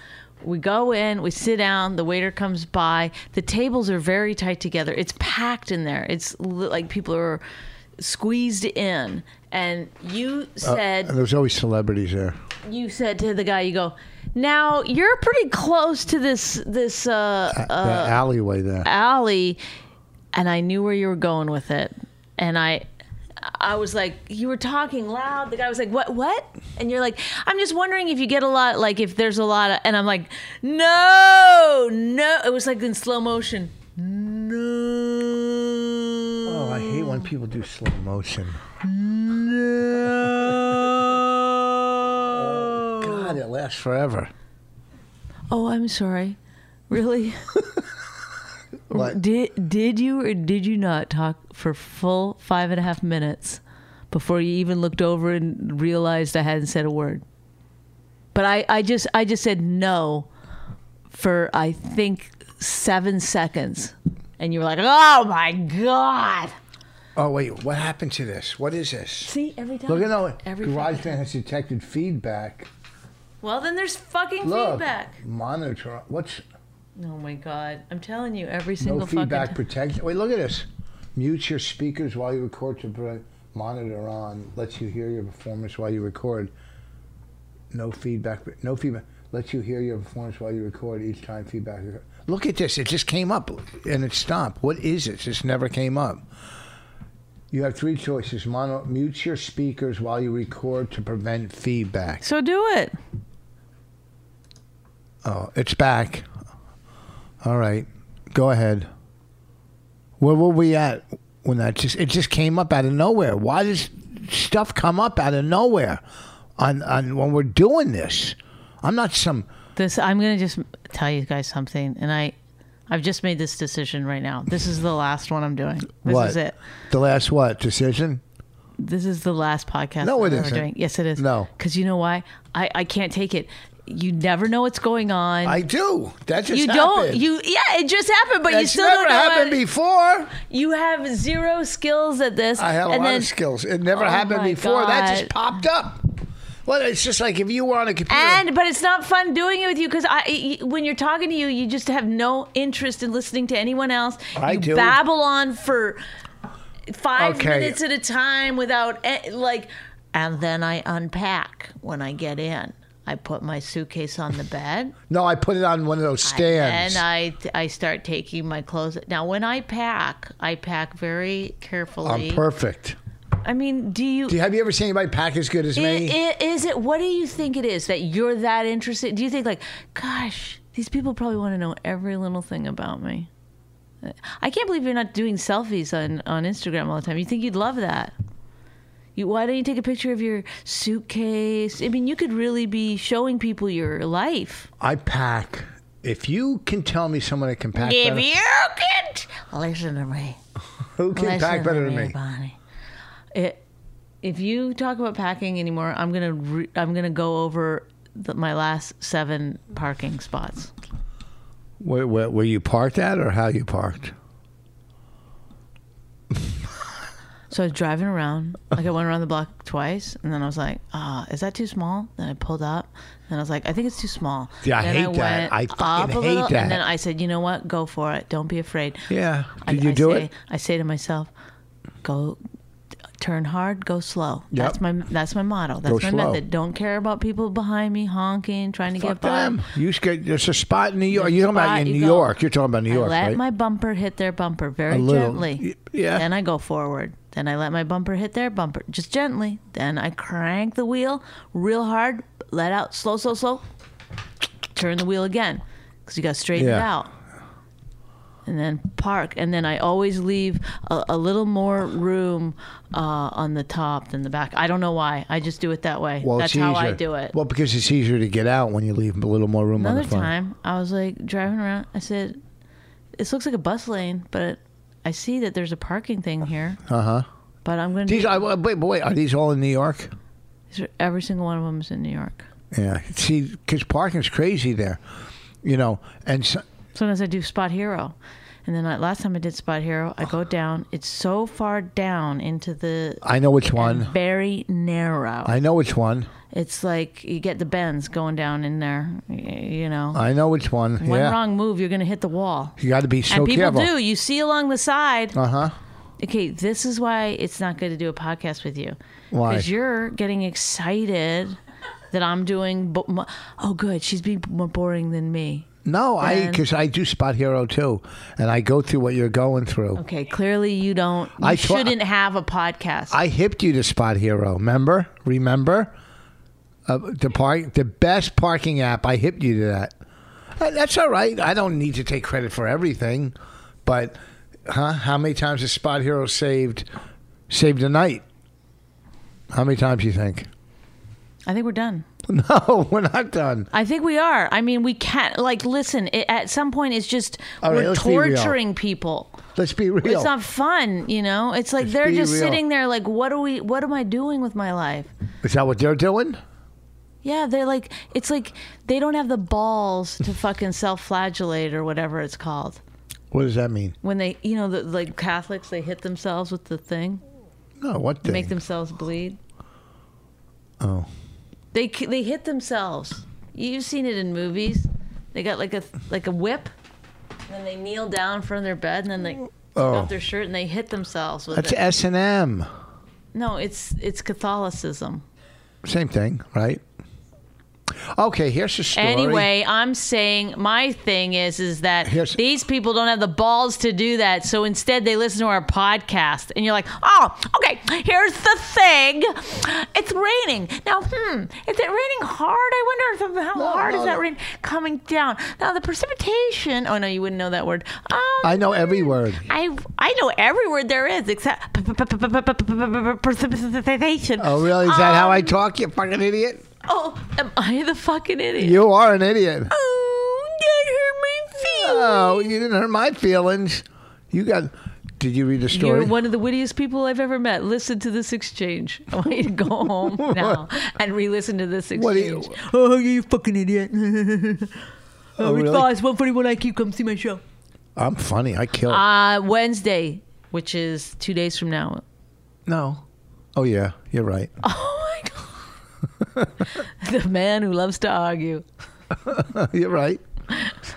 S2: We go in, we sit down, the waiter comes by. The tables are very tight together. It's packed in there. It's li- like people are squeezed in. And you said,
S1: And there's always celebrities there.
S2: you said to the guy, you go, now you're pretty close to this, this, uh,
S1: that alleyway there.
S2: alley and I knew where you were going with it. And I I was like, you were talking loud. The guy was like, "What? What?" And you're like, "I'm just wondering if you get a lot, like if there's a lot." Of, and I'm like, "No, no." It was like in slow motion. No.
S1: oh, I hate when people do slow motion.
S2: No.
S1: God, it lasts forever.
S2: Oh, I'm sorry. Really?
S1: [laughs] What?
S2: Did did you or did you not talk for full five and a half minutes before you even looked over and realized I hadn't said a word? But I, I just I just said no for I think seven seconds. And you were like, Oh my god.
S1: Oh wait, what happened to this? What is this?
S2: See every time
S1: Look at that.
S2: every
S1: GarageBand has detected feedback.
S2: Well then there's fucking
S1: Look,
S2: feedback.
S1: monitor. What's
S2: Oh my god. I'm telling you, every
S1: no
S2: single
S1: feedback
S2: fucking
S1: protection? Wait, look at this. Mute your speakers while you record to br- monitor on. Lets you hear your performance while you record. No feedback. No feedback. Lets you hear your performance while you record each time feedback. occur- Look at this. It just came up and it stopped. What is it? This never came up. You have three choices. Mono, mute your speakers while you record to prevent feedback.
S2: So do it.
S1: Oh, it's back. All right, go ahead. Where were we at when that just it just came up out of nowhere? Why does stuff come up out of nowhere on on when we're doing this? I'm not some
S2: This I'm gonna just tell you guys something, and I, I've just made this decision right now. This is the last one I'm doing. This
S1: what?
S2: is it.
S1: The last what decision?
S2: This is the last podcast.
S1: No,
S2: that
S1: it
S2: we're
S1: isn't.
S2: Doing. Yes, it is.
S1: No.
S2: because you know why? I I can't take it. You never know what's going on.
S1: I do. That just
S2: you
S1: happened.
S2: don't. You yeah, it just happened, but you
S1: That's
S2: still
S1: never
S2: don't know. how
S1: happened
S2: it-
S1: before.
S2: you have zero skills at this.
S1: I have a
S2: and
S1: lot
S2: then,
S1: of skills. It never
S2: Oh
S1: happened
S2: my
S1: before. That
S2: God.
S1: just popped up. Well, it's just like if you were on a computer.
S2: And but it's not fun doing it with you because I y- when you're talking to you, you just have no interest in listening to anyone else.
S1: I
S2: you
S1: do.
S2: babble on for five
S1: Okay.
S2: minutes at a time without a- like, and then I unpack when I get in. I put my suitcase on the bed
S1: no, I put it on one of those stands.
S2: and I I start taking my clothes. Now when I pack, I pack very carefully.
S1: am perfect.
S2: I mean, do you?
S1: Do you, have you ever seen anybody pack as good as me?
S2: I- i- is it what do you think it is that you're that interested do you think like gosh these people probably want to know every little thing about me i can't believe you're not doing selfies on, on instagram all the time you think you'd love that you, why don't you take a picture of your suitcase i mean you could really be showing people your life
S1: I pack. If you can tell me someone that can pack
S2: if
S1: better,
S2: you can't listen to me
S1: who can
S2: Listen
S1: pack better
S2: to
S1: than me?
S2: Bonnie. It- if you talk about packing anymore, I'm gonna re- I'm gonna go over the, my last seven parking spots.
S1: Where, where, where you parked at or how you parked?
S2: So I was driving around, like I went around the block twice, and then I was like, "Ah, is that too small?" Then I pulled up, and I was like, "I think it's too small."
S1: Yeah, I
S2: then
S1: hate that. I fucking
S2: up a
S1: hate
S2: little,
S1: that.
S2: And then I said, "You know what? Go for it. Don't be afraid."
S1: Yeah.
S2: I-
S1: Did you
S2: I
S1: do
S2: say,
S1: it?
S2: I say to myself, "Go, turn hard, go slow."
S1: Yep.
S2: That's my that's my motto. That's
S1: Go
S2: my
S1: slow.
S2: method. Don't care about people behind me honking, trying to
S1: Fuck
S2: get by.
S1: them. You scared, there's a spot in New York.
S2: There's
S1: You're talking about
S2: spot,
S1: in
S2: you
S1: New
S2: go.
S1: York. You're talking about New York,
S2: I let
S1: right?
S2: my bumper hit their bumper very
S1: A little.
S2: gently.
S1: Y- yeah.
S2: Then I go forward. Then I let my bumper hit their bumper just gently. Then I crank the wheel real hard, let out slow, slow, slow. Turn the wheel again because you got to straighten it
S1: Yeah.
S2: out. And then park. And then I always leave a, a little more room uh, on the top than the back. I don't know why. I just do it that way.
S1: well,
S2: That's
S1: it's
S2: how I
S1: easier.
S2: do it.
S1: Well, because it's easier to get out when you leave a little more room on
S2: Another
S1: the front.
S2: time, I was like driving around. I said, "This looks like a bus lane, but I see that there's a parking thing here." Uh huh.
S1: Uh-huh.
S2: But I'm going to.
S1: These, I, wait, but wait, are these all in New York?
S2: Every single one of them is in New York.
S1: Yeah. See, because parking's crazy there, you know. And so,
S2: Sometimes I do Spot Hero, and then I, last time I did Spot Hero,
S1: [sighs]
S2: I go down. It's so far down into the. uh,
S1: I know which one.
S2: Very narrow.
S1: I know which one.
S2: it's like you get the bends going down in there. y- You know,
S1: I know which one.
S2: one
S1: Uh, yeah.
S2: wrong move, you're going to hit the wall.
S1: You got to be so
S2: and people
S1: careful.
S2: do. You see along the side.
S1: Uh huh.
S2: Okay, this is why it's not good to do a podcast with you.
S1: Why?
S2: Because you're getting excited that I'm doing. Bo- mo- oh, good. She's being more boring than me.
S1: No, I
S2: Then-
S1: because I do Spot Hero too, and I go through what you're going through.
S2: Okay, clearly you don't. You
S1: I twa-
S2: shouldn't have a podcast.
S1: I hipped you to Spot Hero. Remember? Remember? Uh, the park, the best parking app. I hipped you to that. Uh, that's all right. I don't need to take credit for everything, but huh? How many times has Spot Hero saved saved a night? How many times do you think? [laughs]
S2: I think we're done.
S1: No, we're not done.
S2: I think we are. I mean, we can't. Like, listen. It, at some point, it's just
S1: All right,
S2: we're
S1: let's be real.
S2: torturing people.
S1: Let's be real.
S2: It's not fun, you know. It's like
S1: Let's
S2: they're
S1: be
S2: just
S1: real.
S2: sitting there, like, what do we? What am I doing with my life?
S1: Is that what they're doing?
S2: Yeah, they're like it's like they don't have the balls to fucking self-flagellate or whatever it's called.
S1: What does that mean?
S2: When they, you know, the, like Catholics, they hit themselves with the thing,
S1: No, what thing?
S2: make themselves bleed.
S1: oh,
S2: They c- they hit themselves. You've seen it in movies. They got like a like a whip, and then they kneel down from their bed, and then they take
S1: Oh.
S2: off their shirt and they hit themselves with
S1: that's
S2: it.
S1: S and M.
S2: No, it's it's Catholicism.
S1: Same thing, right? Okay, here's a story.
S2: Anyway, I'm saying my thing is is that
S1: Here's-
S2: these people don't have the balls to do that. So instead they listen to our podcast and you're like, "Oh, okay, here's the thing. It's raining. Now, hmm, is it raining hard? I wonder if, how
S1: No,
S2: hard
S1: no,
S2: is that
S1: no.
S2: rain coming down? Now, the precipitation. Oh no, you wouldn't know that word. Um,
S1: I know every word.
S2: I I know every word there is except p- p- p- p- p- p- p- p- precipitation.
S1: Oh, really? Is that how I
S2: Um,
S1: talk, you fucking idiot?
S2: Oh, am I the fucking idiot?
S1: You are an idiot.
S2: Oh, that hurt my feelings.
S1: Oh, you didn't hurt my feelings. You got. Did you read the story?
S2: You're one of the wittiest people I've ever met. Listen to this exchange. [laughs] I want you to go [laughs] home now and re-listen to this exchange.
S1: What do you-
S2: oh, you fucking idiot! [laughs]
S1: Oh,
S2: Rick
S1: really?
S2: Foss, 141 IQ. Come see my show.
S1: I'm funny. I kill.
S2: Uh, Wednesday, which is two days from now.
S1: no. Oh yeah, you're
S2: [laughs]
S1: right.
S2: Oh my [laughs] god! the man who loves to argue.
S1: you're right.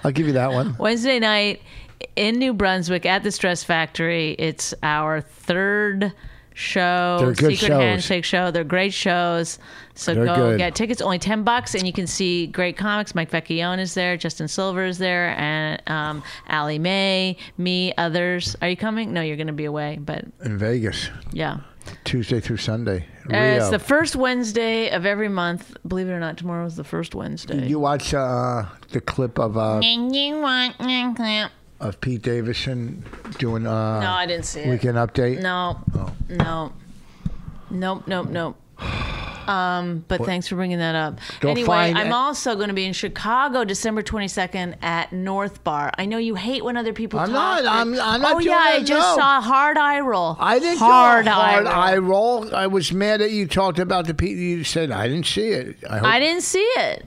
S1: I'll give you that one.
S2: Wednesday night in New Brunswick at the Stress Factory. It's our third show,
S1: They're good
S2: Secret
S1: shows.
S2: Handshake show. They're great shows. So
S1: They're
S2: go
S1: good.
S2: get tickets, only 10 bucks, and you can see great comics. Mike Vecchione is there, Justin Silver is there, and um, Allie May, me, others. Are you coming? No, you're going to be away, but
S1: In Vegas,
S2: yeah.
S1: Tuesday through Sunday.
S2: Uh,
S1: Rio.
S2: it's the first Wednesday of every month. Believe it or not, tomorrow is the first Wednesday.
S1: you watch uh, the clip of uh,
S2: and you want your clamp.
S1: of Pete Davison doing uh,
S2: No, I didn't see it.
S1: weekend update.
S2: No.
S1: Oh.
S2: No. Nope, nope, nope. Um, but thanks for bringing that up.
S1: Go
S2: anyway,
S1: find
S2: I'm
S1: it.
S2: also going to be in Chicago December 22nd at North Bar. I know you hate when other people
S1: I'm
S2: talk.
S1: not- I'm- I'm not
S2: Oh
S1: doing
S2: yeah, I
S1: it, no.
S2: just saw a hard eye roll.
S1: I didn't
S2: hard,
S1: do a
S2: eye
S1: hard
S2: roll.
S1: eye roll. I was mad that you talked about the Pete. You said I didn't see it. I hope
S2: I didn't see it.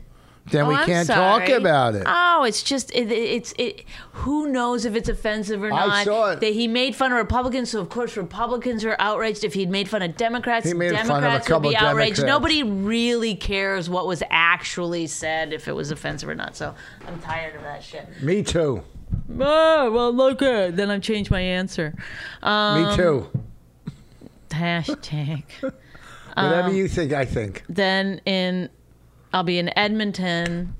S1: then we
S2: Oh, I'm
S1: can't
S2: sorry.
S1: talk about it.
S2: Oh, it's just it, it- it's it. Who knows if it's offensive or
S1: I
S2: not?
S1: saw it.
S2: That he made fun of Republicans, so of course Republicans are outraged. If he'd made fun of Democrats,
S1: He made fun of
S2: Democrats
S1: a couple
S2: would be
S1: of
S2: outraged.
S1: Democrats.
S2: Nobody really cares what was actually said if it was offensive or not. So I'm tired of that shit.
S1: Me too.
S2: Oh well, look at then I've changed my answer. Um,
S1: Me too.
S2: Hashtag. um,
S1: Whatever you think, I think.
S2: then in I'll be in Edmonton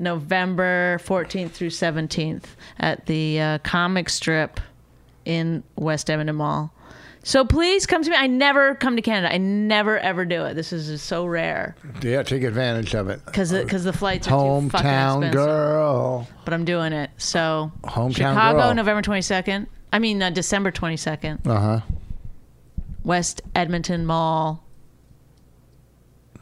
S2: November 14th through 17th at the uh, comic strip in West Edmonton Mall. So please come to me. I never come to Canada. I never ever do it. This is just so rare
S1: Yeah, take advantage of it.
S2: because because the flights are too fucking
S1: Hometown
S2: expensive.
S1: girl.
S2: But I'm doing it. So
S1: Hometown
S2: Chicago,
S1: girl.
S2: November 22nd. I mean uh, December 22nd.
S1: Uh huh.
S2: West Edmonton Mall.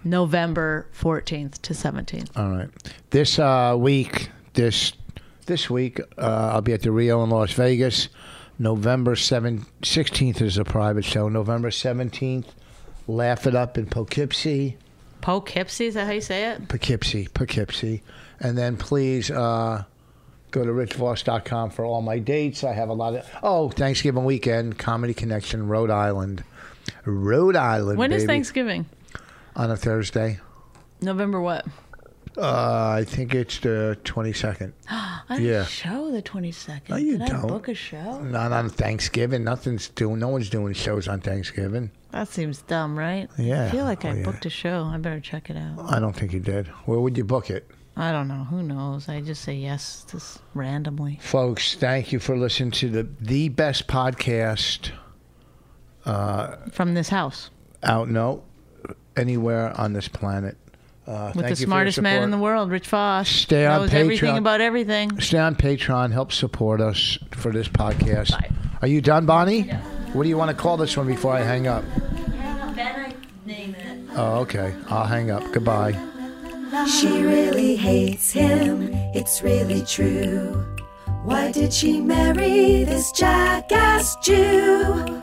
S2: November 14th to 17th.
S1: All right. This uh, week, this this week, uh, I'll be at the Rio in Las Vegas. November 7, 16th is a private show. November 17th, Laugh It Up in Poughkeepsie.
S2: Poughkeepsie, is that how you say it?
S1: Poughkeepsie, Poughkeepsie. And then please uh, go to richvoss.com for all my dates. I have a lot of. Oh, Thanksgiving weekend, Comedy Connection, Rhode Island. Rhode Island.
S2: When is
S1: baby.
S2: Thanksgiving?
S1: On a Thursday.
S2: November what?
S1: Uh, I think it's the 22nd.
S2: I have a
S1: Yeah.
S2: show the 22nd.
S1: No, you
S2: Did I
S1: don't.
S2: book a show?
S1: Not on Thanksgiving. Nothing's doing. No one's doing shows on Thanksgiving.
S2: That seems dumb, right? I
S1: Yeah.
S2: feel like I
S1: Oh, yeah.
S2: booked a show. I better check it out.
S1: I don't think you did. Where would you book it?
S2: I don't know. Who knows? I just say yes just randomly.
S1: Folks, thank you for listening to the the best podcast
S2: From this house.
S1: out no anywhere on this planet. Uh,
S2: With
S1: thank you for
S2: the
S1: your
S2: smartest man in
S1: support.
S2: the world, Rich Foss.
S1: Stay on
S2: knows everything
S1: Patreon.
S2: about everything.
S1: Stay on Patreon. Help support us for this podcast.
S2: Bye.
S1: Are you done, Bonnie? What do you want to call this one before I hang up? Oh, okay. I'll hang up. Goodbye.
S5: She really hates him, it's really true. Why did she marry this jackass Jew?